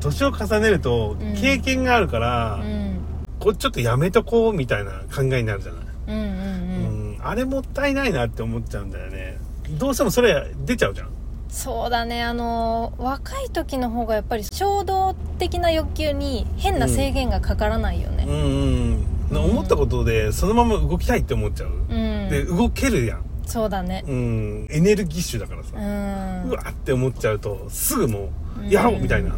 年を重ねるとうん経験があるから、うんこれちょっとやめとこうみたいな考えになるじゃない、うんうんううんんあれもったいないなって思っちゃうんだよねどうしてもそれ出ちゃうじゃんそうだねあの若い時の方がやっぱり衝動的な欲求に変な制限がかからないようねんうんうん思ったことでそのまま動きたいって思っちゃう、うん、で動けるやん、そうだねうん、エネルギッシュだからうさ、んうわって思っちゃうとすぐもうんうやろうみたいな、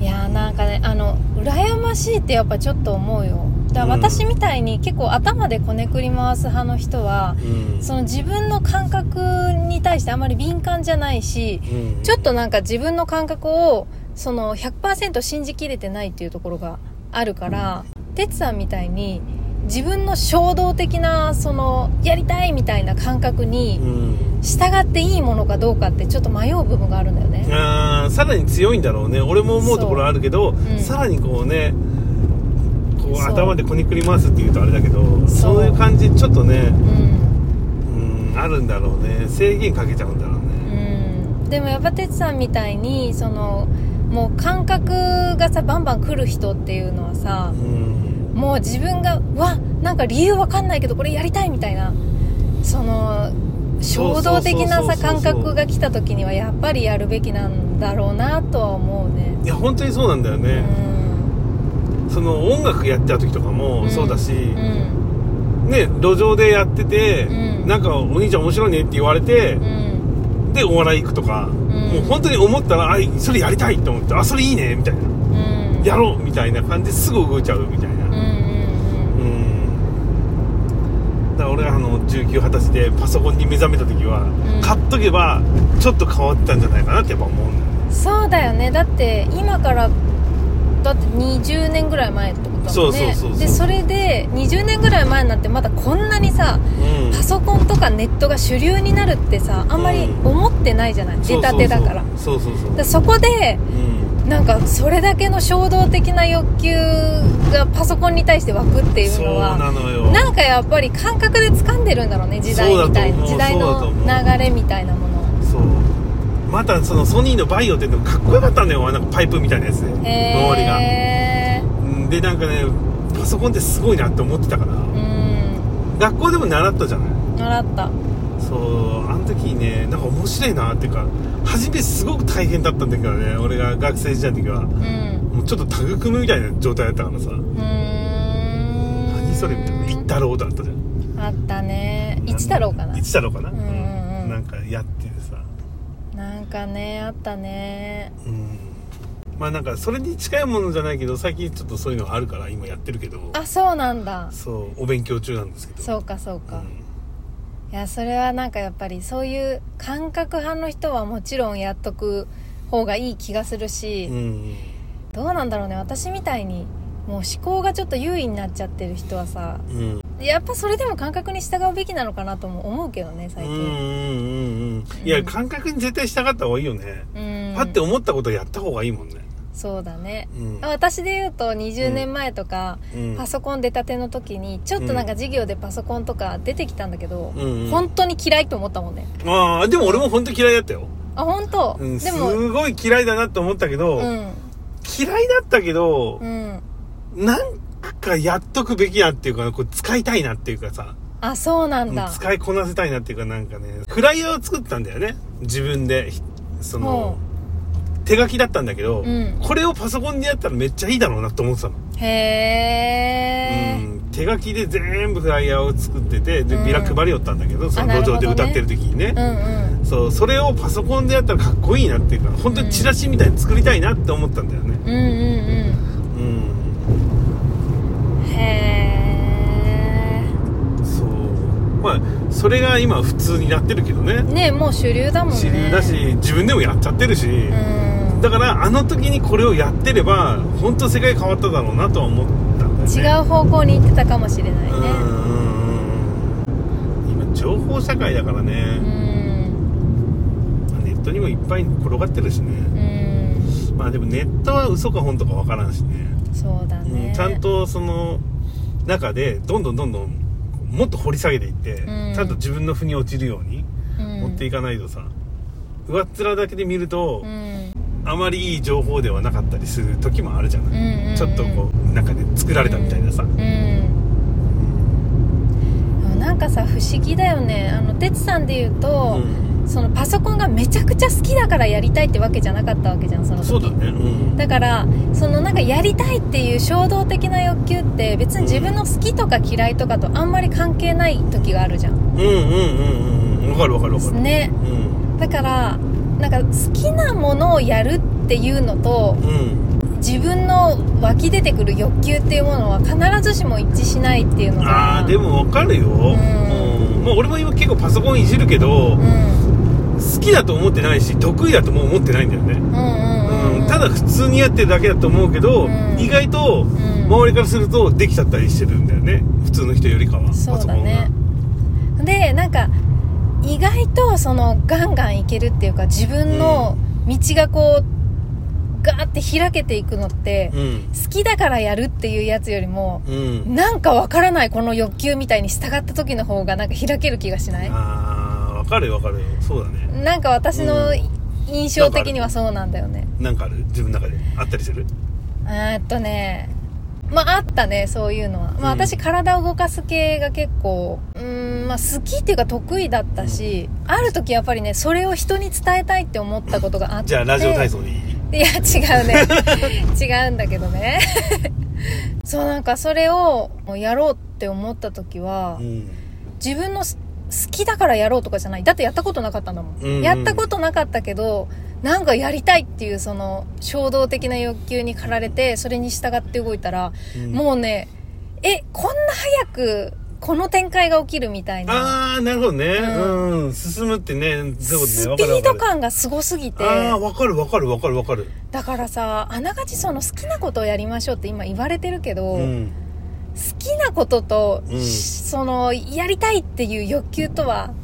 いやーなんかねあの羨ましいってやっぱちょっと思うよだからうん私みたいに結構頭でこねくり回す派の人はうんその自分の感覚に対してあまり敏感じゃないしうんちょっとなんか自分の感覚をその100%信じきれてないっていうところがあるから哲さんみたいに自分の衝動的なそのやりたいみたいな感覚うにん従っていいものかどうかってちょっと迷う部分があるんだよねあーさらに強いんだろうね俺も思うところあるけど、んさらにこうねこうそう頭でこねくり回すっていうとあれだけどそうそういう感じちょっとねううんんあるんだろうね制限かけちゃうんだろうねうんでもやっぱ哲さんみたいにそのもう感覚がさバンバン来る人っていうのはさうんもう自分がうわなんか理由わかんないけどこれやりたいみたいなその衝動的なそうそうさそうそう感覚が来た時にはやっぱりやるべきなんだろうなとは思うねいや本当にそうなんだようね、んその音楽やってた時とかもそうだし、うんね路上でやってて、うんなんかお兄ちゃん面白いねって言われてう、んでお笑い行くとか、もう本当に思ったらあそれやりたいと思ってあそれいいねみたいなうんやろうみたいな感じですぐ動いちゃうみたいなうんうんうんだから俺はあの1920歳でパソコンに目覚めた時は、うん買っとけばちょっと変わってたんじゃないかなってやっぱ思うんだよねうんそうだよねだって今からだって20年ぐらい前ってことだもんねそうそうそうそうでそれで20年ぐらい前になってまだこんなにさうんパソコンとかネットが主流になるってさあんまり思ってないじゃない、出たてだからそうそうそうそうそうでそこでうんなんかそれだけの衝動的な欲求がパソコンに対して湧くっていうそうのはなのよなんかやっぱり感覚で掴んでるんだろうね時代みたいなそ時うだ代と思うの流れみたいなものをそうまたそのソニーのバイオっていうのかっこよかったんだよなんかパイプみたいなやつで周りがへえうんでなんかねパソコンってすごいなって思ってたから、うん学校でも習ったじゃない習ったそうあの時にねなんか面白いなっていうか初めすごく大変だったんだけどね俺が学生時代の時はうんもうちょっとタグ組むみたいな状態だったからさうーん何それみたいな一太郎だったじゃんあったね一太郎かな一太郎かなうんうんうんなんかやっててさなんかねあったねうんまあなんかそれに近いものじゃないけど最近ちょっとそういうのあるから今やってるけどあそうなんだそうお勉強中なんですけどそうかそううか、んいやそれはなんかやっぱりそういう感覚派の人はもちろんやっとく方がいい気がするし、うんどうなんだろうね私みたいにもう思考がちょっと優位になっちゃってる人はさうんやっぱそれでも感覚に従うべきなのかなとも思うけどね最うん近うんうんうんいや感覚に絶対従った方がいいよね、うんパッて思ったことやった方がいいもんねそうだねうん私で言うと20年前とか、うんパソコン出たての時にちょっとなんか授業でパソコンとか出てきたんだけど、うんうん本当に嫌いと思ったもんねああでも俺も本当嫌いだったよ、あ本当、うん、ですもごい嫌いだなって思ったけど、うん嫌いだったけどう、んなんかやっとくべきやっていうかこう使いたいなっていうかさあそうなうんんだ、使いこなせたいなっていうかなんかねフライヤーを作ったんだよね自分でひそのほ手書きだったんだけど、うんこれをパソコンでやったらめっちゃいいだろうなって思ってたのへえ、うん手書きで全部フライヤーを作っててでうんビラ配りよったんだけど、そあのなる路ほ上どでね歌ってる時にねうん、うんそうそれをパソコンでやったらかっこいいなっていうか本当にチラシみたいに作りたいなって思ったんだよねうんうんうん、うんへそうまあそれが今普通になってるけどねえねえもう主流だもんね主流だし自分でもやっちゃってるし、うんだからあの時にこれをやってれば本当世界変わっただろうなとは思ったんだよね違う方向に行ってたかもしれないねうんうんうん今情報社会だからね、うんネットにもいっぱい転がってるしねうん、まあでもネットは嘘か本とかわからんしねそうだね、うんちゃんとその中でどんどんどんどんもっと掘り下げていって、うんちゃんと自分の腑に落ちるように持っていいかないとさ、上っ面だけで見るとう、んあまりいい情報ではなかったりする時もあるじゃない、うんうんちょっとこうなんかね作られたみたいなさ、うんでもなんかさ不思議だよねあの哲さんで言うと、そのパソコンがめちゃくちゃ好きだからやりたいってわけじゃなかったわけじゃんその時そうだねうんだからそのなんかやりたいっていう衝動的な欲求って別に自分の好きとか嫌いとかとあんまり関係ない時があるじゃんうんうんうんうんわかるわかるわかる、ねうんだからなんか好きなものをやるっていうのとうん自分の湧き出てくる欲求っていうものは必ずしも一致しないっていうのがあーでもわかるよ、うんんまあ、俺も今結構パソコンいじるけど、うん好きだと思ってないし得意だとも思ってないんだよね、うんうんうん、う、うんん、ただ普通にやってるだけだと思うけど、うん意外とうん周りからするとできちゃったりしてるんだよね普通の人よりかはそうだねパソでなんか意外とそのガンガンいけるっていうか自分の道がこうガーって開けていくのってコンがうん好きだからやるっていうやつよりもうんなんかわからないこの欲求みたいに従った時の方がなんか開ける気がしないあーわかるよわかるよそうだねなんか私のうん印象的にはそうなんだよねなんかある自分の中であったりするえーっとねまああったねそういうのは、まあ、うん私体を動かす系が結構うーんまあ好きっていうか得意だったし、ある時やっぱりねそれを人に伝えたいって思ったことがあってじゃあラジオ体操でいいいや違うね 違うんだけどねそうなんかそれをやろうって思った時は、うん自分のす好きだからやろうとかじゃないだってやったことなかったんだもん、うんうんやったことなかったけどなんかやりたいっていうその衝動的な欲求に駆られてそれに従って動いたら、うんもうねえこんな早くこの展開が起きるみたいなああなるほどねううん、進むってねそうねスわピかるーわドかる感がすごすぎてああわかるわかるわかるわかるだからさあながちその好きなことをやりましょうって今言われてるけど、うん好きなことと、うんそのやりたいっていう欲求とは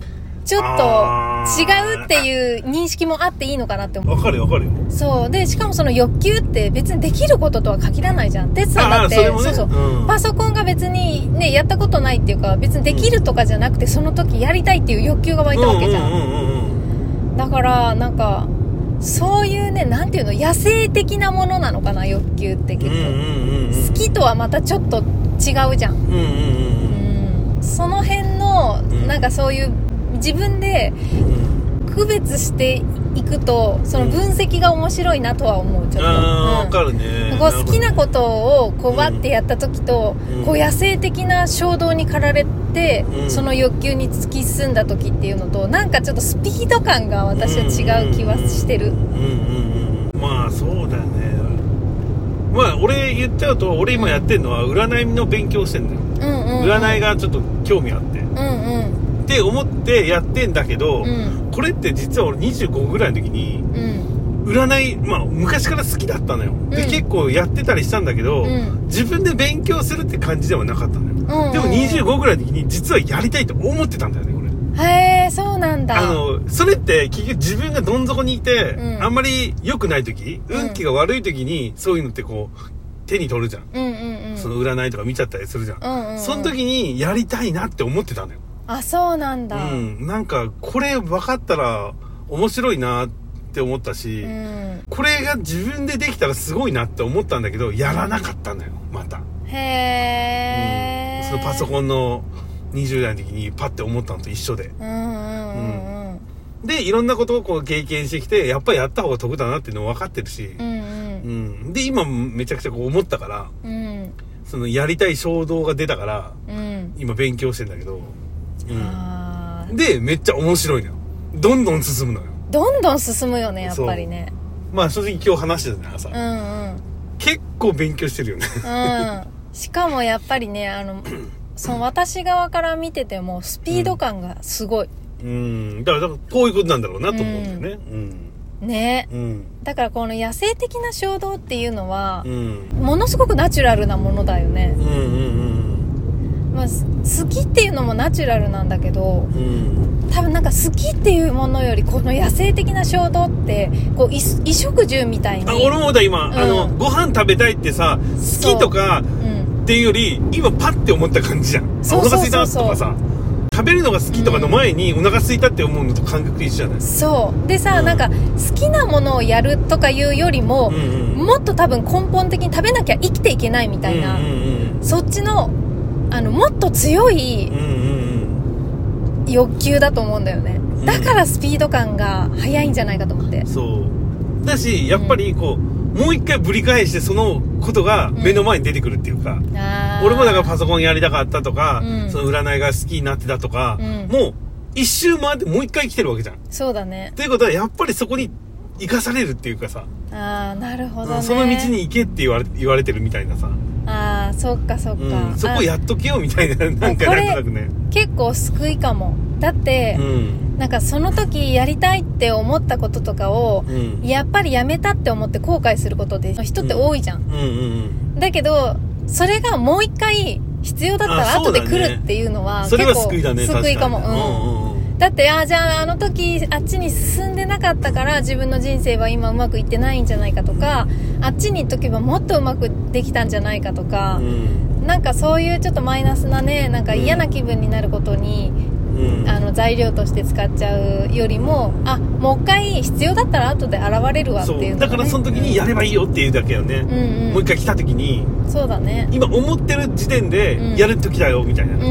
ちょっあとー違うっていう認識もあっていいのかなって思うわかるよわかるよそうでしかもその欲求って別にできることとは限らないじゃん哲さんだあっあてそれもねそうそううんパソコンが別にねやったことないっていうか別にできるとかじゃなくてその時やりたいっていう欲求が湧いたわけじゃん,、うんうんうんうんだからなんかそういうねなんていうの野生的なものなのかな欲求ってうんう結構、んうんうん好きとはまたちょっと違うじゃんうんうんうんその辺のんなんかそういう自分でうんうん区別していくとその分析が面白いなとは思うちょっと、ああうんわかるねこう好きなこととをこうバってやった時と、うんこう野生的な衝動に駆られて、うんその欲求に突き進んだ時っていうのとなんかちょっとスピード感が私は違う気はしてる、うんうんうんまあそうだねまあ俺言っちゃうと俺今やってるのは占いの勉強してんだようん、うんうん占いがちょっと興味あってっうんうんて思ってやってんだけど、うんこれって実は俺25ぐらいの時にうん占いまあ昔から好きだったのよ、でうん結構やってたりしたんだけど、うん自分で勉強するって感じではなかったのよ、うんうんでも25ぐらいの時に実はやりたいと思ってたんだよねこれへえそうなんだあの、それって結局自分がどん底にいて、うんあんまり良くない時、うん運気が悪い時に、そういうのってこう、手に取るじゃん。うんうんうんその占いとか見ちゃったりするじゃん。うんうんうんその時にやりたいなって思ってたのよ。あそうなんうだ、ん。なんか、これ分かったら面白いなって思ったし、うんこれが自分でできたらすごいなって思ったんだけど、やらなかったんだよ、また。へえ、そのパソンコンの20代の時にパッて思ったのと一緒で。うんうんうんで、いろんなことをこう経験してきて、やっぱりやった方が得だなっていうのも分かってるしうんう、んうん。で、今めちゃくちゃこう思ったから、うんそのやりたい衝動が出たから、うん今勉強してんだけど、うあん。で、めっちゃ面白いのよ。どんどん進むのよ。ーどんどん進むよねやっぱりねまあ正直今日話してたね、朝う。んうん結構勉強してるよね。 うんしかもやっぱりね あのその私側から見ててもスピード感がすごい、うん。だから、だからこういうことなんだろうなと思うんだよね。うん。ねうん。だからこの野生的な衝動っていうのはう、ん。ものすごくナチュラルなものだよね、うんうんまあ、す好きっていうのもナチュラルなんだけどうん。うん。多分なんか好きっていうものよりこの野生的な衝動ってこう衣衣食住みたいにあ、俺もだ、今、んあの、ご飯食べたいってさ、好きとか、うんっていうより今パッて思った感じじゃんあそうおそ腹うそうすいたとかさ食食べるのが好きとかの前にお腹空いたって思うのと感覚一緒じゃないですそうでさ、うんなんか好きなものをやるとかいうよりもか、うんうんもっと多分根本的に食べなきゃ生きていけないみたいな、うんそっちのあのもっと強いうんうんうん欲求だと思うんだよねんだからスピード感が速いんじゃないかと思ってうんそうだしやっぱりこう、もう一回ぶり返してそのことが目の前に出てくるっていうか、俺俺もだからパソコンやりたかったとか、うんその占いが好きになってたとか、うんもう一周回ってもう一回来てるわけじゃん。そうだねということはやっぱりそこに生かされるっていうかさ、ああなるほど、ねうんその道に行けって言われ言われてるみたいなさ、ああそっかそっか、うん、そこやっとけよみたいな、なんかこなんれとなくね。あ結構救いかもだってう、ん。なんかその時やりたいって思ったこととかをうん。うんやっぱりやめたって思って後悔することで人って多いじゃん、うんうん。だけどそれがもう一回必要だったらあそ後うだでね来るっていうのはそ結れ構は救いだね、確かに。救いかも、うんだってああじゃああの時あっちに進んでなかったから自分の人生は今うまくいってないんじゃないかとかあっちに行っとけばもっとうまくできたんじゃないかとかうんう、ん。なんかそういうちょっとマイナスなねなんか嫌な気分になることに、うん。うん。あの材料として使っちゃうよりもあもう一回必要だったら後で現れるわってそいうう。のだがねからその時にやればいいよっていうだけよね。うんうん、もう一回来た時に、そうだね今思ってる時点うでんやる時だよみたいな、うんう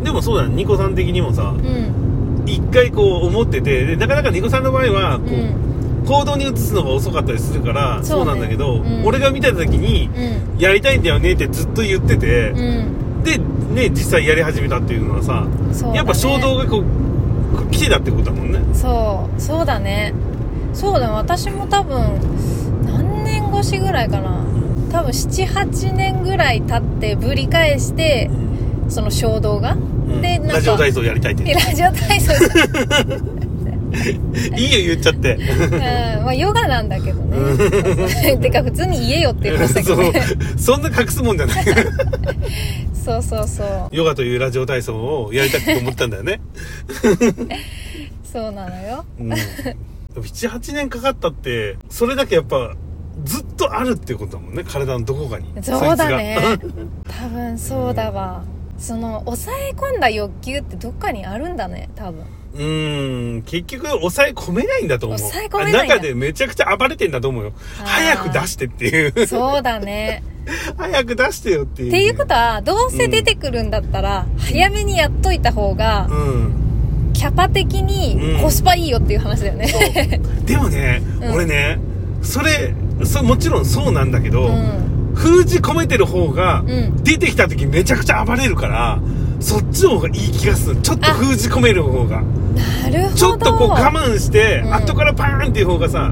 んでもそうだねニコさん的にもさうん一回こう思っててでなかなかニコさんの場合はこうう、ん行動に移すのが遅かったりするからそ,、そううねなんだけど、うん俺が見た時にうんやりたいんだよねってずっと言ってて、うんでね実際やり始めたっていうのはさ、そうだねやっぱ衝動がこうこう来てたってことだもんねそうそうだねそうだね私も多分何年越しぐらいかな多分78年ぐらい経ってぶり返してその衝動が、うんでラジオ体操やりたいって えラジオ体操じいいよ言っちゃってゃんうんまあヨガなんだけどうねそう てか普通に言えよって言いましたけどねそうそんな隠すもんじゃないそうそうそうヨガというラジオ体操をやりたくて思ったんだよねそうなのようん、78年かかったってそれだけやっぱずっとあるっていうことだもんね体のどこかにそうだそねいつが多分そうだわその抑え込んだ欲求ってどっかにあるんだね多分うーん結局抑え込めないんだと思う抑え込めないんだ中でめちゃくちゃ暴れてんだと思うよあー早く出してっていうそうだね早く出してよっていうっていうことはどうせ出てくるんだったら、早めにやっといた方がうんキャパ的にコスパいいよっていう話だよね、でもね、うん俺ねそれそもちろんそうなんだけど、うん封じ込めてる方がうん出てきた時めちゃくちゃ暴れるからそっちの方がいい気がするちょっとあ封じ込める方がなるほどちょっとこう我慢して、うん後からパーンっていう方がさ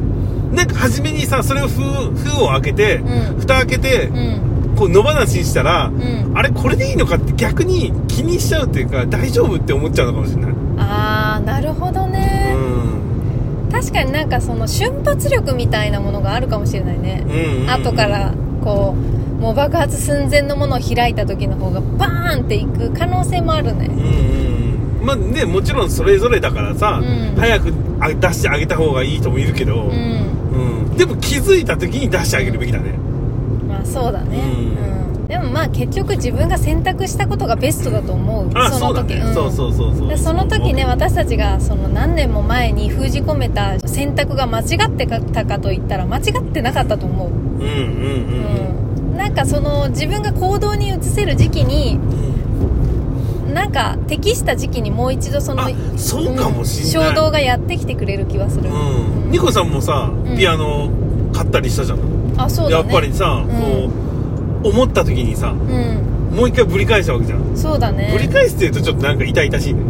なんか初めにさそれを封封を開けて、うん蓋開けてう、んこう野放しにしたら、うんあれこれでいいのかって逆に気にしちゃうっていうか大丈夫って思っちゃうのかもしれない、ああなるほどうね、ん確かになんかその瞬発力みたいなものがあるかもしれないねうん、うんうん後からこうもう爆発寸前のものを開いた時の方がバーンっていく可能性もあるうねんうんうんまあねもちろんそれぞれだからさ、うん早くあ出してあげた方がいい人もいるけど、ううんんでも気づいた時に出してあげるべきだねまあそうだねうんうんでもまあ結局自分が選択したことがベストだと思うあそそうのだ時ね、そうそうそうそうでその時ね私たちがその何年も前に封じ込めた選択が間違ってたかといったら間違ってなかったと思う、うんうんうんうん、なんかその自分が行動に移せる時期にうんなんか適した時期にもう一度そのあそうかもしんない、うん衝動がやってきてくれる気はする、うんニコさんもさ、んピアノ買ったりしたじゃん、あそうだやねっぱりさ、うんこう思った時にさうんもう一回ぶり返したわけじゃん、そうだねぶり返すっていうとちょっとなんか痛々しいね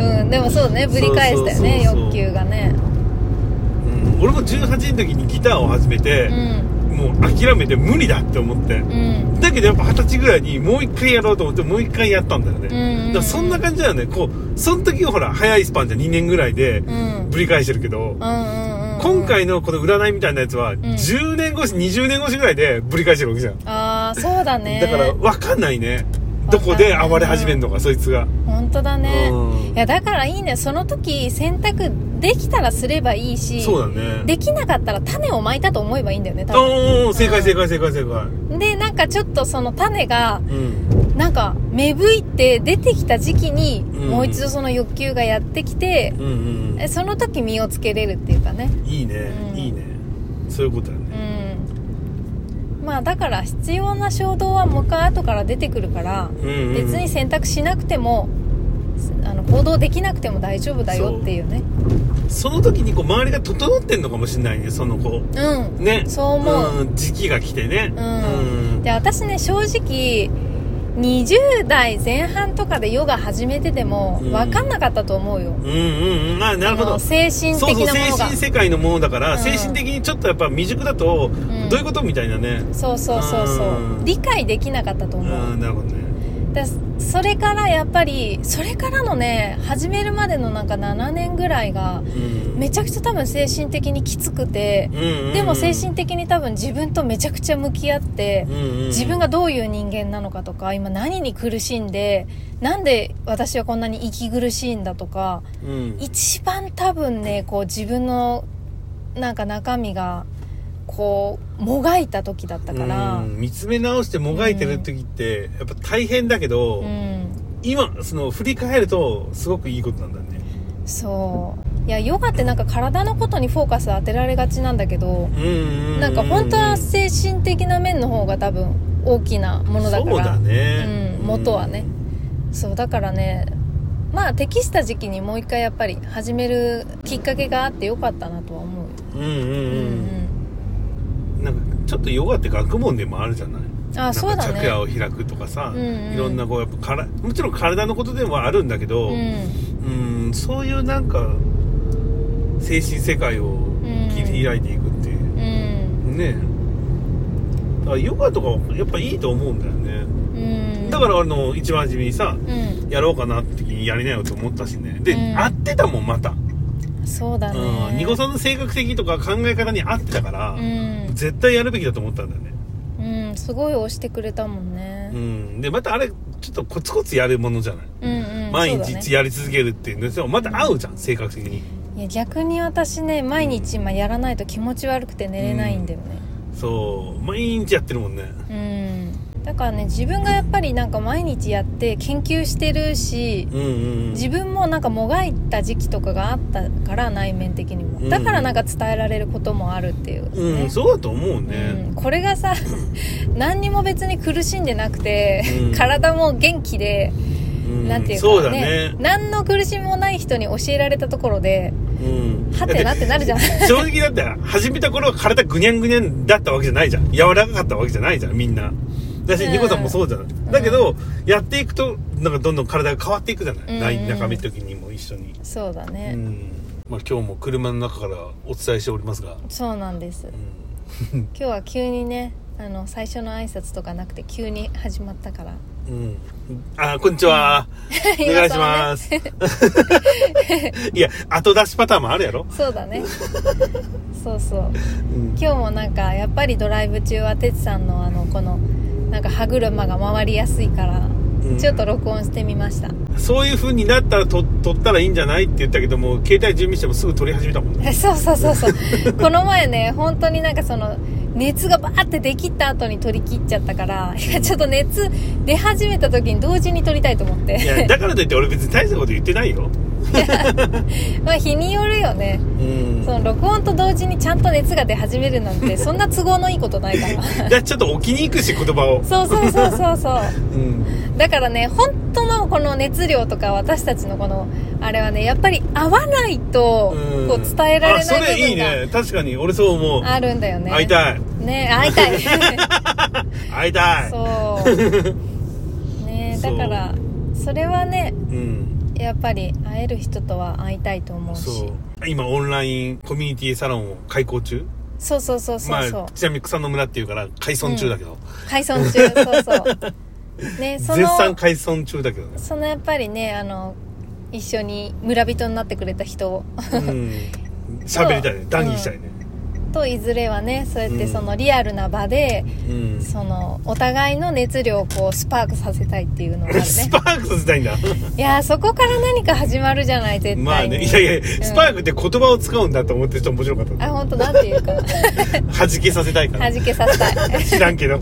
うんでもそうねぶり返したよねそうそうそうそう欲求がねうん俺も18の時にギターを始めうて、んもう諦めて無理だって思ってうんだけどやっぱ二十歳ぐらいにもう一回やろうと思ってもう一回やったんだよね、うんだからそんな感じだよねこうその時はほら早いスパンじゃ2年ぐらいでうんうんぶり返してるけど、うんうん今回のこの占いみたいなやつは、10年越し20年越しぐらいでぶり返してるわけじゃんああそうだねだから分かんないねどわかんないこで暴れ始めるのかそいつが、本当だね、うんいやだからいいねその時選択できたらすればいいしそうだねできなかったら種をまいたと思えばいいんだよね多おー正解正解正解正解分でなんかちょっとその種がうんなんか芽吹いて出てきた時期にうんもう一度その欲求がやってきて、うんうんえその時身をつけれるっていうかねいいね、うんいいねそういうことだねうんまあだから必要な衝動はもう一回後から出てくるからうんうんうん別に選択しなくてもあの行動できなくても大丈夫だよっていうねその時にこう周りが整ってんのかもしれないねそのこううねんそう思う、ん時期が来てねうんで私ね正直20代前半とかでヨガ始めててもうん分かんなかったと思うよ、うんうんうんあなるほあのど精神そう的そうなも精のが神世界のものだから、うん精神的にちょっとやっぱ未熟だと、んどういうことみたいなねそうそうそうそううん理解できなかったとう思う、んなるほどねでそれからやっぱりそれからのね始めるまでのなんか7年ぐらいがうんめちゃくちゃ多分精神的にきつくて、うんうんでも精神的に多分自分とめちゃくちゃ向き合って、うんうん自分がどういう人間なのかとか今何に苦しんでなんで私はこんなに息苦しいんだとかうん一番多分ねこう自分のなんか中身がこうもがいた時だったからうん見つめ直してもがいてる時って、やっぱ大変だけど、うん今その振り返るとすごくいいことなんだねそういやヨガってなんか体のことにフォーカス当てられがちなんだけどうんううなんか本当は精神的な面の方が多分大きなものだからそうだね、うん元はねそうだからねまあ適した時期にもう一回やっぱり始めるきっかけがあってよかったなとは思ううよ、んうんうんう、なんかちょっとヨガって学問でもあるじゃないあそうだなんかチャクラねを開くとかさ、うんうんいろんなこうやっぱからもちろん体のことでもあるんだけど、うんうんそういうなんか精神世界を切り開いていくっていう、うんねだからヨガとかやっぱいいと思うんだよね、うんだからあの一番初めにさうやろうかなって時にやりなよと思ったしねで、うん合ってたもんまた、んそうだねうんニコさんの性格的とか考え方に合ってたから、うん、絶対やるべきだと思ったんだよねうん、すごい押してくれたもんねう、んでまたあれちょっとコツコツやるものじゃないうん、うん毎そうだ日ねやり続けるっていうんですよまた合うじゃん性格的にいや逆に私ね毎日今やらないと気持ち悪くて寝れないんだよねそう毎日やってるもんねうんだからね自分がやっぱりなんか毎日やって研究してるし、うんうん自分もなんかもがいた時期とかがあったから内面的にうんもだからなんか伝えられることもあるっていう、うん、ねそうだと思うねうんこれがさ 何にも別に苦しんでなくて、うん体も元気で、うんなんていうか、ね、そうだね何の苦しみもない人に教えられたところでうんはてなってなるじゃん 正直だって始めた頃は体ぐにゃんぐにゃんだったわけじゃないじゃん柔らかかったわけじゃないじゃんみんなだし、うんニコさんもそうじゃないだけど、やっていくとなんかどんどん体が変わっていくじゃない、うんない中身の時にも一緒に、そうだうね、んまあ、今日も車の中からお伝えしておりますが、そうなんです今日は急にねあの最初の挨拶とかなくて急に始まったからうんうん、あこんにちは、お願いします いや後出しパターンもあるやろ、そうだねそうそううん今日もなんかやっぱりドライブ中はてつさんのあのこのなんか歯車が回りやすいかうらんちょっと録音してみました、そういう風になったらと撮ったらいいんじゃないって言ったけども携帯準備してもすぐ撮り始めたもんねそうそうそうそう この前ね本当になんかその熱がバーってできた後に取り切っちゃったからいやちょっと熱出始めた時に同時に取りたいと思っいてやだからといって俺別に大したこと言ってないよ まあ日によるよねうんその録音と同時にちゃんと熱が出始めるなん てそんな都合のいいことないからだからちょっと置きに行くし言葉をそうそうそうそうそううんだからね本当のこの熱量とか私たちのこのあれはねやっぱり合わないとうんこう伝えられあそないれいい部分ね確かに俺そう思うがあるんだよね会いたいね会い たい会いたいそうねだからそれはねうんやっぱり会える人とは会いたいと思うしそう今オンラインコミュニティサロンを開講中そうそうそうそうそう、まあちなみに草の村っていうから開村中だけど、解散中そうそうねそ絶賛の開村中だけどねそのやっぱりねあの一緒に村人になってくれた人 うん喋りたいね談義したいねといずれはねそうやってうんそのリアルな場で、うんそのお互いの熱量をこうスパークさせたいっていうのがある ねスパークさせたいんだいやーそこから何か始まるじゃない絶対にまあねいやいやスパークって言葉を使うんだと思ってちょっと面白かったあ本当なんていうか弾弾けさせたいからけさせたい 知らんけど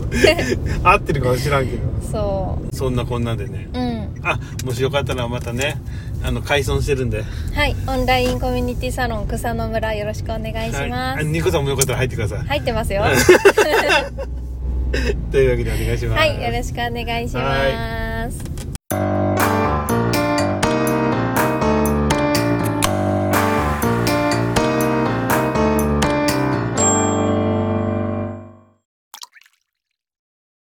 合ってるかは知らんけどそそんなこんなんでねううんあもしよかったらまたねあの解散してるんではいオンラインコミュニティサロン草の村よろしくお願いします、はいあニコさんもよかったら入ってください、入ってますよは というわけでお願いしますいよろしくお願いします